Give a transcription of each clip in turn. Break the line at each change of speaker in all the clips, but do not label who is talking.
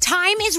Time is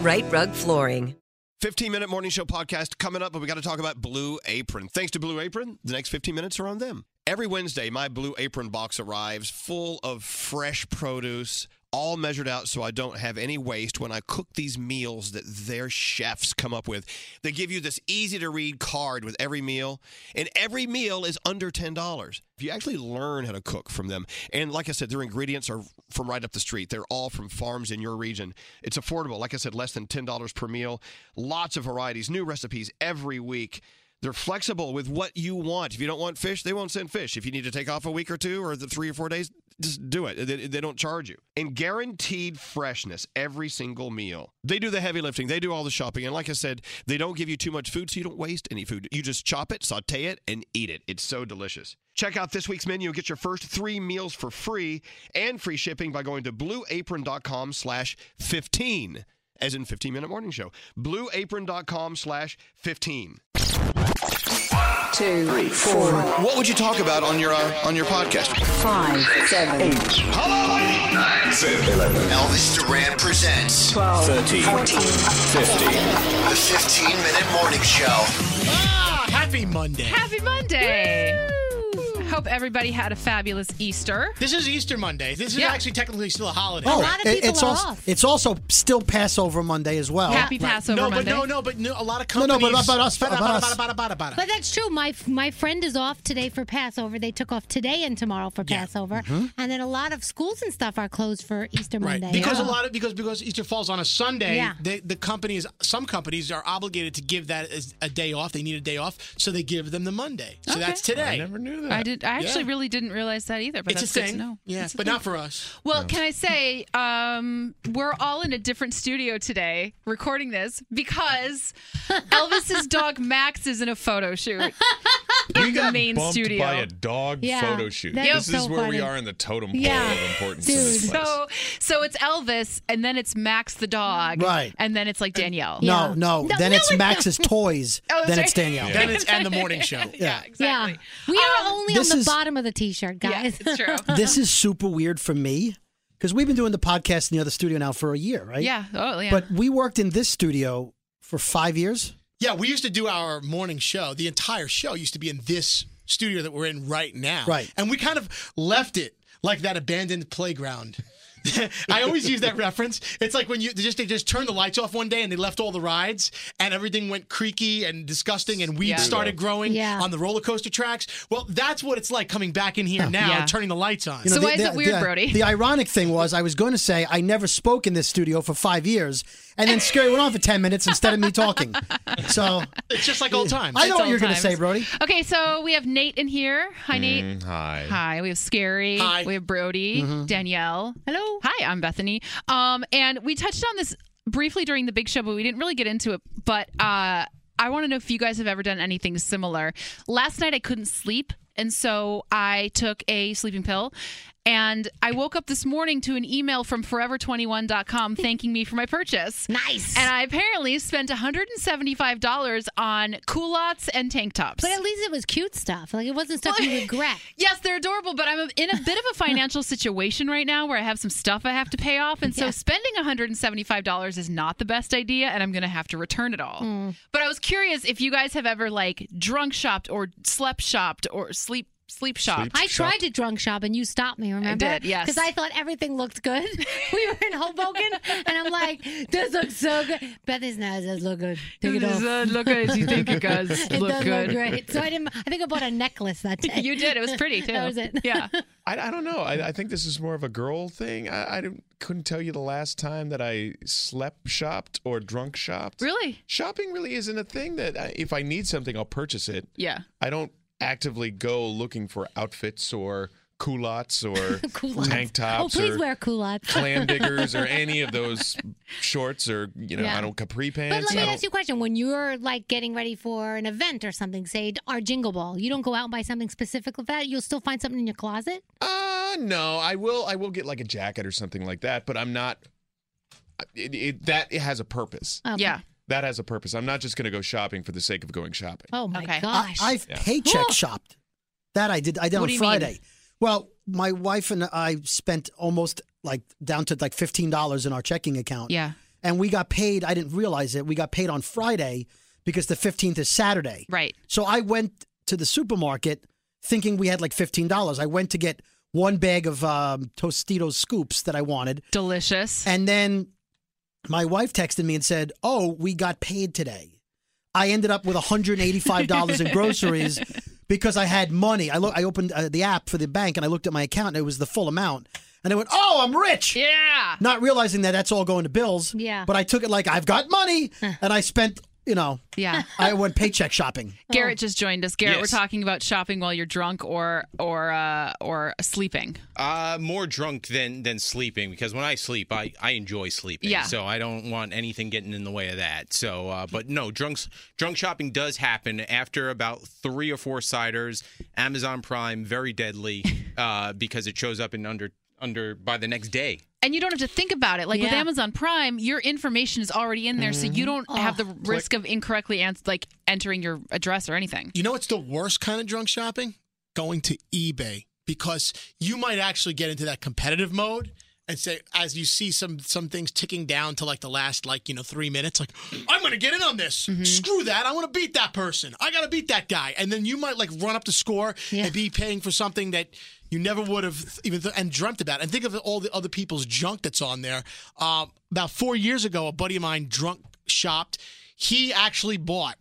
Right Rug Flooring.
15 minute morning show podcast coming up, but we got to talk about Blue Apron. Thanks to Blue Apron, the next 15 minutes are on them. Every Wednesday, my Blue Apron box arrives full of fresh produce, all measured out so I don't have any waste when I cook these meals that their chefs come up with. They give you this easy to read card with every meal, and every meal is under $10. If you actually learn how to cook from them, and like I said, their ingredients are from right up the street. They're all from farms in your region. It's affordable. Like I said, less than $10 per meal. Lots of varieties, new recipes every week. They're flexible with what you want. If you don't want fish, they won't send fish. If you need to take off a week or two or the three or four days, just do it. They, they don't charge you. And guaranteed freshness every single meal. They do the heavy lifting, they do all the shopping. And like I said, they don't give you too much food, so you don't waste any food. You just chop it, saute it, and eat it. It's so delicious. Check out this week's menu and get your first three meals for free and free shipping by going to blueapron.com slash 15, as in 15 Minute Morning Show. blueapron.com slash 15.
Two, three, four,
What would you talk about on your uh, on your podcast?
five, seven, eight,
Elvis Duran presents
12, 13, 14,
15. the 15 Minute Morning Show.
Ah, Happy Monday.
Happy Monday. Hope everybody had a fabulous Easter.
This is Easter Monday. This is
Yeah.
actually technically still a holiday.
A lot of
Oh, it-
people
it's
are
also
off.
it's also still Passover Monday as well.
Happy Passover
no,
Monday.
but no, no, but no, a lot of
No, no,
companies.
but about us-
Bada,
about
bada,
us.
bada, bada, bada, bada.
But that's true. My my friend is off today for Passover. They took off today and tomorrow for Passover, and then a lot of schools and stuff are closed for Easter
Right,
Monday.
because a lot of because because Easter falls on a Sunday,
Yeah.
they, the companies some companies are obligated to give that as a day off. They need a day off, so they give them the Monday. So that's today.
I did did. I actually
Yeah.
really didn't realize that either. But
it's a
that's good
thing.
to know.
Yeah,
It's a
but
thing.
not for us.
Well, can I say um, we're all in a different studio today recording this because Elvis's dog Max is in a photo shoot in the main
bumped
studio.
by a dog
Yeah,
photo shoot.
that
This
is
is
so
where
funny.
we are in the totem pole of importance. in this place.
So, so it's Elvis, and then it's Max the dog,
Right.
And then it's like Danielle.
No, no, Then it's Max's toys.
Oh,
then
sorry.
it's Danielle.
Then it's and the
morning show.
Yeah.
Exactly. Yeah. We are only on
this
the
is-
bottom of the t-shirt, guys.
Um, it's true.
This is super weird for me because we've been doing the podcast in the other studio now for a year, right?
Yeah. Oh, yeah.
But we worked in this studio for five years.
Yeah, we used to do our morning show. The entire show used to be in this studio that we're in right now.
Right.
And we kind of left it like that abandoned playground. I always use that reference. It's like when you they just they just turned the lights off one day and they left all the rides and everything went creaky and disgusting and weeds
Yeah.
started growing
Yeah.
on the roller coaster tracks. Well, that's what it's like coming back in here now,
Yeah.
turning the lights on.
You know, the- the- the- The ironic thing was, I was going to say I never spoke in this studio for five years, and then Scary went on for ten minutes instead of me talking. So
it's just like old times.
I know
It's
what you're
old
going to say,
times.
Brody.
Okay, so we have Nate in here. Hi, Nate.
Mm, hi.
Hi. We have Scary.
Hi.
We have Brody.
Mhm.
Danielle. Hello. Mm-hmm. Hi, I'm Bethany. Um, and we touched on this briefly during the big show, but we didn't really get into it. But uh, I want to know if you guys have ever done anything similar. Last night I couldn't sleep, and so I took a sleeping pill. And I woke up this morning to an email from forever21.com thanking me for my purchase. Nice. And I apparently spent $175 on culottes and tank tops.
But at least it was cute stuff. Like it wasn't stuff you regret.
Yes, they're adorable, but I'm in a bit of a financial situation right now where I have some stuff I have to pay off, and so spending $175 is not the best idea, and I'm going to have to return it all.
Mm.
But I was curious if you guys have ever like drunk shopped or slept shopped or sleep sleep shopped.
I tried to drunk shop and you stopped me, remember?
did, yes.
Because I thought everything looked good. we were in Hoboken and I'm like, this looks so good. Bethany's nose does look good. Take it
This
off.
does look good. Mm. You think it does
It
look
does
good.
Look great. So I didn't I think I bought a necklace that day.
You did. It was pretty, too.
That was it.
Yeah.
I, I don't know. I, I think this is more of a girl thing. I, I don't- couldn't tell you the last time that I slept shopped or drunk shopped.
Really?
Shopping really isn't a thing that I, if I need something, I'll purchase it.
Yeah.
I don't actively go looking for outfits or culottes or
Culottes.
tank tops
Oh, please
or
wear culottes.
clam diggers or any of those shorts or, you know,
Yeah.
I don't, capri
But
pants.
let me
I don't,
ask you a question. When you're like getting ready for an event or something, say our jingle ball, you don't go out and buy something specific for that. You'll still find something in your closet.
Uh, no, I will. I will get like a jacket or something like that. But I'm not. It, it, that it has a purpose.
Okay. Yeah.
that has a purpose. I'm not just gonna go shopping for the sake of going shopping.
Oh my
I,
gosh.
I've
Yeah.
paycheck
Cool.
shopped. That I did. I did
What
on
do you
Friday.
mean?
Well, my wife and I spent almost like down to like fifteen dollars in our checking account.
Yeah.
And we got paid. I didn't realize it. We got paid on Friday because the fifteenth is Saturday.
Right.
So I went to the supermarket thinking we had like fifteen dollars. I went to get one bag of um, Tostitos scoops that I wanted.
Delicious.
And then my wife texted me and said, "Oh, we got paid today." I ended up with $185 in groceries because I had money. I look, I opened uh, the app for the bank and I looked at my account and it was the full amount. And I went, "Oh, I'm rich!"
Yeah.
Not realizing that that's all going to bills.
Yeah.
But I took it like I've got money, and I spent. You know.
Yeah.
I went paycheck shopping.
Oh.
Garrett just joined us. Garrett,
Yes.
we're talking about shopping while you're drunk or or uh, or sleeping.
Uh, more drunk than than sleeping because when I sleep, I I enjoy sleeping.
Yeah.
So I don't want anything getting in the way of that. So, uh, but no, drunks drunk shopping does happen after about three or four ciders. Amazon Prime very deadly uh, because it shows up in under under by the next day.
and you don't have to think about it. Like with
Yeah.
Amazon Prime, your information is already in there, so you
Mm-hmm.
don't have the
Oh.
risk of incorrectly ans- like entering your address or anything.
You know what's the worst kind of drunk shopping? Going to eBay because you might actually get into that competitive mode and say as you see some some things ticking down to like the last like you know 3 minutes like I'm going to get in on this. Screw that. I want to beat that person. I got to beat that guy. And then you might like run up the score and be paying for something that you never would have even th- and dreamt about. And think of all the other people's junk that's on there. Uh, about 4 years ago, a buddy of mine drunk shopped. He actually bought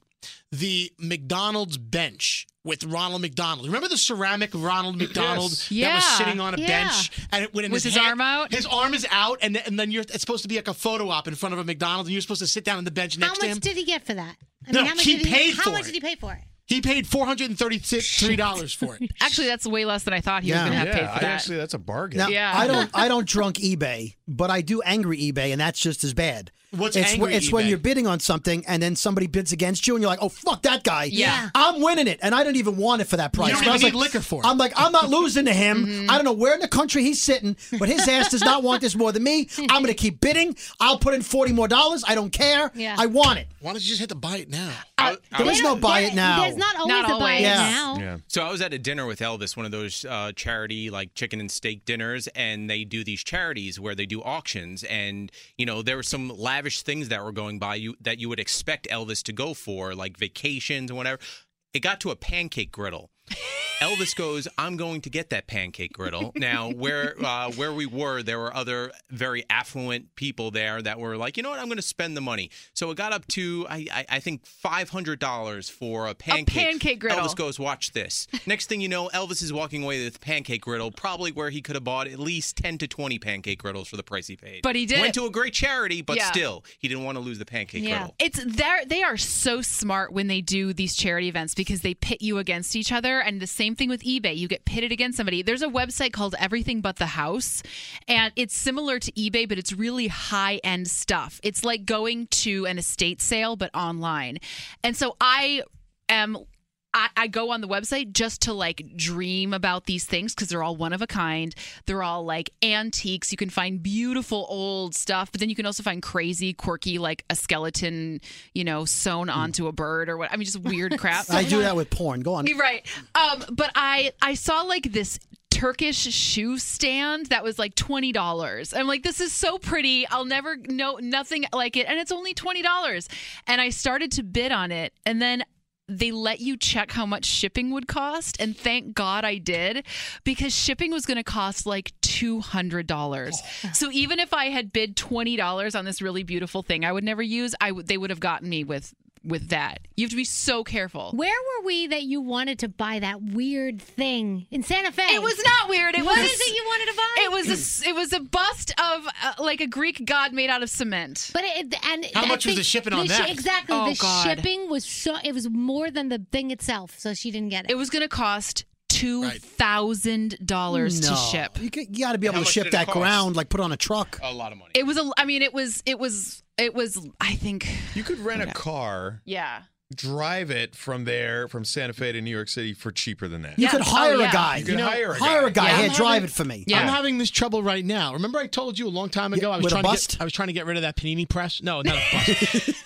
the McDonald's bench with Ronald McDonald. Remember the ceramic Ronald McDonald that
Yeah.
was sitting on a
Yeah.
bench and it, when
With his arm out?
His arm is out, and, th- and then you're it's supposed to be like a photo op in front of a McDonald's, and you're supposed to sit down on the bench
How
next to
much
him.
did he get for that?
No,
how much
he
did he,
paid
How
for
much
it.
did he pay for it?
He paid four hundred and thirty-three dollars for it.
Actually, that's way less than I thought he was going to have paid for that.
that's a bargain.
Now,
Yeah.
I don't I don't drunk eBay, but I do angry eBay, and that's just as bad.
What's
it's wh-
angry
it's when
eBay?
you're bidding on something and then somebody bids against you and you're like, oh fuck that guy.
Yeah.
I'm winning it and I don't even want it for that price.
don't
But I
even
was
need
like,
liquor for it.
I'm like, I'm not losing to him.
Mm-hmm.
I don't know where in the country he's sitting, but his ass does not want this more than me. I'm gonna keep bidding. I'll put in forty more dollars. I don't care.
Yeah.
I want it.
Why don't you just hit the buy it now?
Uh, There is no buy it now.
So I was at a dinner with Elvis, one of those uh, charity like chicken and steak dinners, and they do these charities where they do auctions, and you know there were some lavish things that were going by you that you would expect Elvis to go for, like vacations and whatever. It got to a pancake griddle. Elvis goes, "I'm going to get that pancake griddle." Now, where uh, where we were, there were other very affluent people there that were like, "You know what? I'm going to spend the money." So it got up to I I, I think five hundred dollars for a pancake
pancake griddle.
Elvis goes, "Watch this." Next thing you know, Elvis is walking away with a pancake griddle, probably where he could have bought at least ten to twenty pancake griddles for the price he paid.
But he did
went
it.
to a great charity, but
Yeah.
still, he didn't want to lose the pancake griddle.
It's they're they are so smart when they do these charity events because they pit you against each other and the same thing with eBay. You get pitted against somebody. There's a website called Everything But the House and it's similar to eBay but it's really high-end stuff. It's like going to an estate sale but online. And so I am I, I go on the website just to like dream about these things because they're all one of a kind. They're all like antiques. You can find beautiful old stuff, but then you can also find crazy, quirky, like a skeleton, you know, sewn onto a bird or what. I mean, just weird crap.
Hmm. I do that with porn. Go on.
You're Right. Um, but I I saw like this Turkish shoe stand that was like twenty dollars. I'm like, this is so pretty. I'll never know nothing like it, and it's only twenty dollars. And I started to bid on it, and then. They let you check how much shipping would cost, and thank God I did because shipping was going to cost like $200. So even if I had bid $20 on this really beautiful thing I would never use, I would they would have gotten me with with that. You have to be so careful.
Where were we that you wanted to buy that weird thing in Santa Fe?
It was not weird. It
what
was-
is it you wanted to buy?
It was a it was a bust of uh, like a Greek god made out of cement.
But it, and
How
I
much was
think
the shipping on
shi-
that?
Exactly.
Oh,
the
God.
shipping was so it was more than the thing itself, so she didn't get it.
It was going to cost two thousand dollars to
No.
ship.
You, could, you got to be able
How
to
much
ship
did it
that
cost?
ground, like put on a truck.
A lot of money.
It was a. I mean, it was it was it was. I think.
You could rent a car,
Yeah.
drive it from there, from Santa Fe to New York City for cheaper than that.
You could hire a guy.
Oh, You could
You know,
hire a guy.
hire a guy.
I'm
Hey,
having-
drive it for me.
I'm
Yeah.
having this trouble right now. Remember, I told you a long time ago I was
with a
trying to
bust?
get, I was trying to get rid of that panini press. No, not a bust.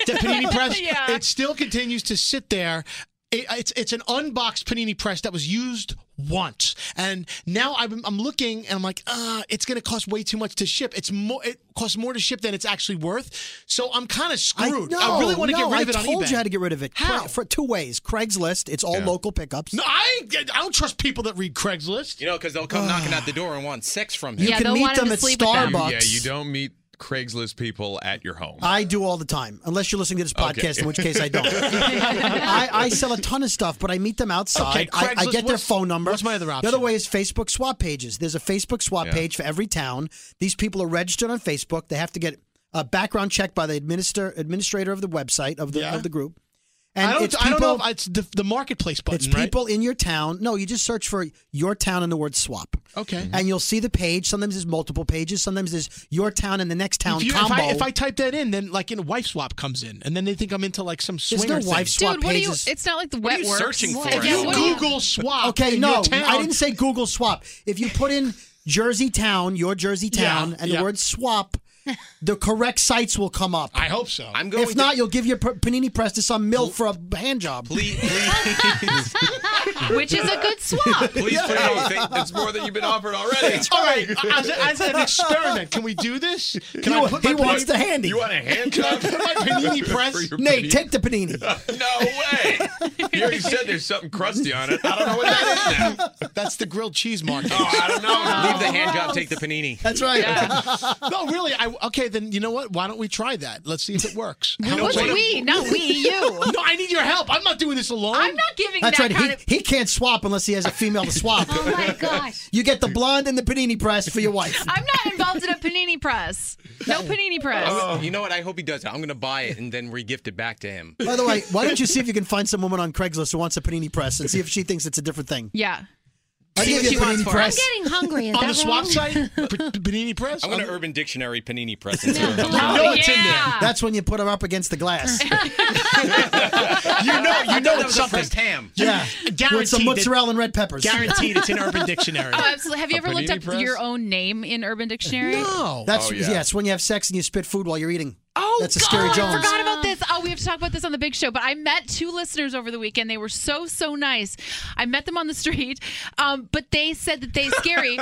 that panini press. It still continues to sit there. It- it's it's an unboxed panini press that was used once, and now I'm, I'm looking and I'm like, ah, it's going to cost way too much to ship. It's more. It costs more to ship than it's actually worth. So I'm kind of screwed. I,
no,
really want to
no,
get rid of it
I told
on eBay.
you how to get rid of it. Cra-
How?
For two ways. Craigslist. It's all
Yeah.
local pickups.
No, I I don't trust people that read Craigslist.
You know, because they'll come knocking at the door and want sex from him.
You Yeah, can they'll meet want him them to at sleep with them. Starbucks.
Yeah, you don't meet Craigslist people at your home.
I do all the time, unless you're listening to this
Okay.
podcast, in which case I don't. I, I sell a ton of stuff, but I meet them outside.
Okay,
I, I
Craigslist,
get their
what's-
phone number.
what's my other
The
option?
other way is Facebook swap pages. There's a Facebook swap
Yeah.
page for every town. These people are registered on Facebook. They have to get a background check by the administer, administrator of the website of the of the group.
I don't, I don't know.
people-
If it's the, the marketplace button.
it's
right?
people in your town. No, you just search for your town and the word swap.
Okay.
And you'll see the page. Sometimes there's multiple pages. Sometimes there's your town and the next town
if, you, if,
combo.
I, if I type that in, then like in wife swap comes in, and then they think I'm into like some
There's
swinger.
no wife swap
Dude, what do you?
pages.
It's not like the
What are
wet
you
works.
searching for?
Yeah,
If you
what do
Google swap
Okay,
in
no,
your town-
I didn't say Google swap. If you put in Jersey town, your Jersey town,
Yeah,
and
yeah.
the word swap, the correct sites will come up.
I hope so.
I'm
if not, you'll give your p- panini press to some milf for a hand job.
Please,
you- Which is a good swap.
Please put it on fa- It's more than you've been offered already.
All right, as, as an experiment, can we do this? Can
You-
I put
he
my panini-
wants the handy.
You want a hand
Can I
job?
put my panini
For
press?
your
Nate,
panini-
take the panini.
You already said there's something crusty on it. I don't know what that is now.
That's the grilled cheese market.
Oh, I don't know. Leave the hand job, take the panini.
That's right.
no, really. I, okay, then you know what? Why don't we try that? Let's see if it works.
We would, we, not we, you.
no, I need need your help. I'm not doing this alone. I'm
not giving
That's right. He, he can't swap unless he has a female to swap.
Oh my gosh.
You get the blonde and the panini press for your wife.
I'm not involved in a panini press. No panini press.
You know what? I hope he does that. I'm going to buy it and then regift it back to him.
By the way, why don't you see if you can find some woman on Craigslist who wants a panini press and see if she thinks it's a different thing?
Yeah.
I give you a panini press.
I'm getting hungry. Is
On
that
the swap
wrong?
site? Panini Press?
I'm going to Urban Dictionary panini press. and see what comes
oh,
You
out.
know it's in there. That's when you put her up against the glass.
You know,
I
you
thought
know
that
it's
was a
something.
first ham.
Yeah, with some
Guaranteed that-
mozzarella and red peppers.
Guaranteed, it's in Urban Dictionary.
Oh, absolutely. Have you
A
ever looked
panini
up
press?
your own name in Urban Dictionary?
No.
That's yes. when you have sex and you spit food while you're eating.
Oh,
that's a scary
God,
Jones.
I forgot about this. Oh, we have to talk about this on the big show. But I met two listeners over the weekend. They were so so nice. I met them on the street, um, but they said that they scary.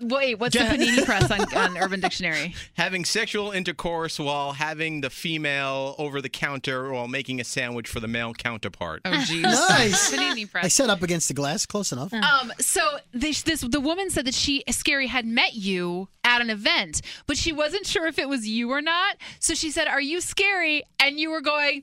Wait, what's
Yeah.
the panini press on, on Urban Dictionary?
Having sexual intercourse while having the female over the counter while making a sandwich for the male counterpart.
Oh, jeez.
Nice.
Panini press.
I set up against the glass, close enough.
Um, so this, this the woman said that she scary had met you at an event, but she wasn't sure if it was you or not. So she said, "Are you scary?" And you were going,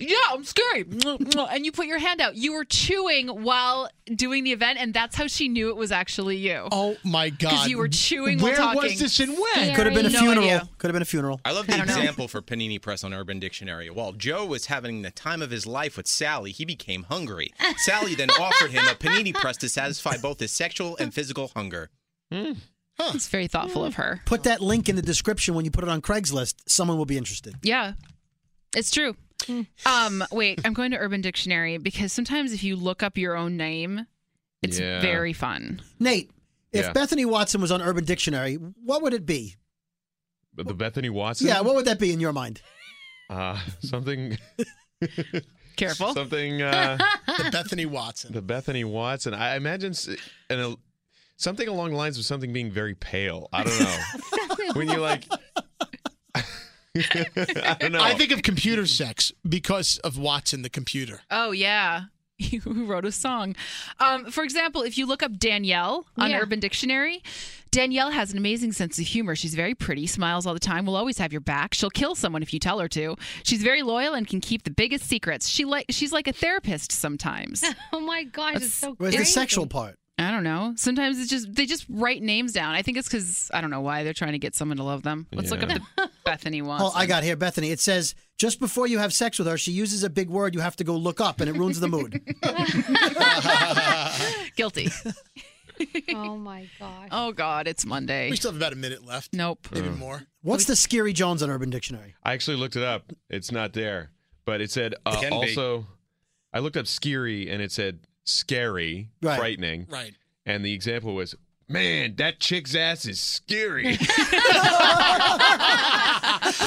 "Yeah, I'm scary." And you put your hand out. You were chewing while doing the event, and that's how she knew it was actually you.
Oh my God!
Because you were chewing
Where
while talking.
was this and when?
Scary.
Could have been a
No
funeral.
idea.
Could have been a funeral.
I love the
I don't know.
example for Panini Press on Urban Dictionary. While Joe was having the time of his life with Sally, he became hungry. Sally then offered him a Panini Press to satisfy both his sexual and physical hunger.
Hmm.
It's very thoughtful of her.
Put that link in the description when you put it on Craigslist. Someone will be interested.
Yeah, it's true. Um, wait, I'm going to Urban Dictionary because sometimes if you look up your own name, it's
Yeah.
very fun.
Nate, if
Yeah.
Bethany Watson was on Urban Dictionary, what would it be?
The Bethany Watson.
Yeah, what would that be in your mind?
Uh, something.
Careful.
Something. Uh,
the Bethany Watson.
the Bethany Watson. I imagine s- an, a, something along the lines of something being very pale. I don't know. when you like. I don't know.
I think of computer sex because of Watson the computer.
Oh yeah. Who wrote a song? Um, for example, if you look up Danielle on
Yeah.
Urban Dictionary, Danielle has an amazing sense of humor. She's very pretty, smiles all the time, will always have your back. She'll kill someone if you tell her to. She's very loyal and can keep the biggest secrets. She like she's like a therapist sometimes.
Oh my gosh, it's so
Where's
crazy.
the sexual part?
I don't know. Sometimes it's just they just write names down. I think it's because I don't know why they're trying to get someone to love them. Let's look
Yeah.
up the Bethany one.
Oh, I got here, Bethany. It says just before you have sex with her, she uses a big word you have to go look up, and it ruins the mood.
guilty.
Oh my gosh.
Oh God, it's Monday.
We still have about a minute left.
Nope.
Maybe more.
Hmm. What's the Scary Jones on Urban Dictionary?
I actually looked it up. It's not there, but it said uh,
can be.
also. I looked up "scary" and it said "scary,"
Right.
frightening.
Right.
And the example was, "Man, that chick's ass is scary."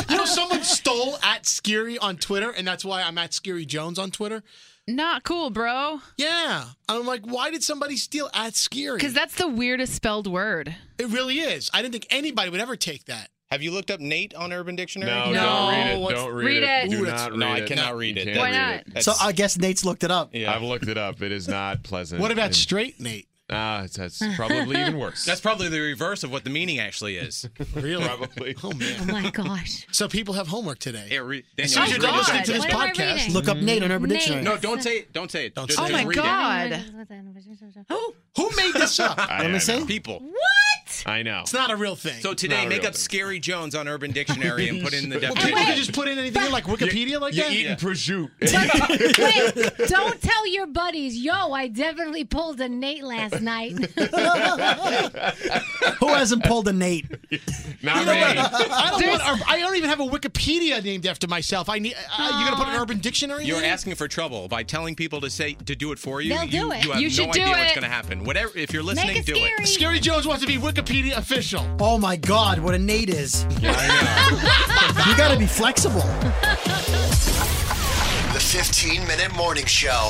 You know, someone stole at Scary on Twitter, and that's why I'm at Scary Jones on Twitter.
Not cool, bro.
Yeah. I'm like, why did somebody steal at Scary?
Because that's the weirdest spelled word.
It really is. I didn't think anybody would ever take that.
Have you looked up Nate on Urban Dictionary?
no, don't read it. Don't read, it. Do not read
no,
it.
I cannot read
You
it.
can't
That's-
read it.
So I guess Nate's looked it up.
I've looked it up. It is not pleasant.
What about
And-
straight Nate?
Ah, it's- that's probably even worse.
That's probably the reverse of what the meaning actually is.
Really?
Probably.
Oh, man.
Oh my gosh.
So people have homework today.
Yeah, re-
As soon as you're
Daniel,
done
read
listening
it.
to this
What am I
podcast,
reading? Look up Nate on Urban Nate. Dictionary.
No, don't say it. Don't say it. Just,
say
just
it. Oh, my
read it.
God.
Oh,
Who made this up?
I-
Let me
I
see.
know.
People.
what?
I know.
It's not a real thing.
So today,
not
make
real.
up Scary Jones on Urban Dictionary and put in the
well, people can
definition.
just put in anything in like Wikipedia like
You're
that.
eating prosciutto.
Wait, don't tell your buddies, yo, I definitely pulled a Nate last night.
Who hasn't pulled a Nate?
Not
I don't want. Ur- I don't even have a Wikipedia named after myself. I need. Uh, you're gonna put an Urban Dictionary.
You're
name?
asking for trouble by telling people to say to do it for you.
They'll
you,
do it.
You have
You
no
should do
idea what's
it.
going to happen. Whatever. If you're listening,
Make it
do
scary.
it.
Scary Jones wants to be Wikipedia official.
Oh my God, what a Nate is! you got to be flexible.
The 15 minute morning show.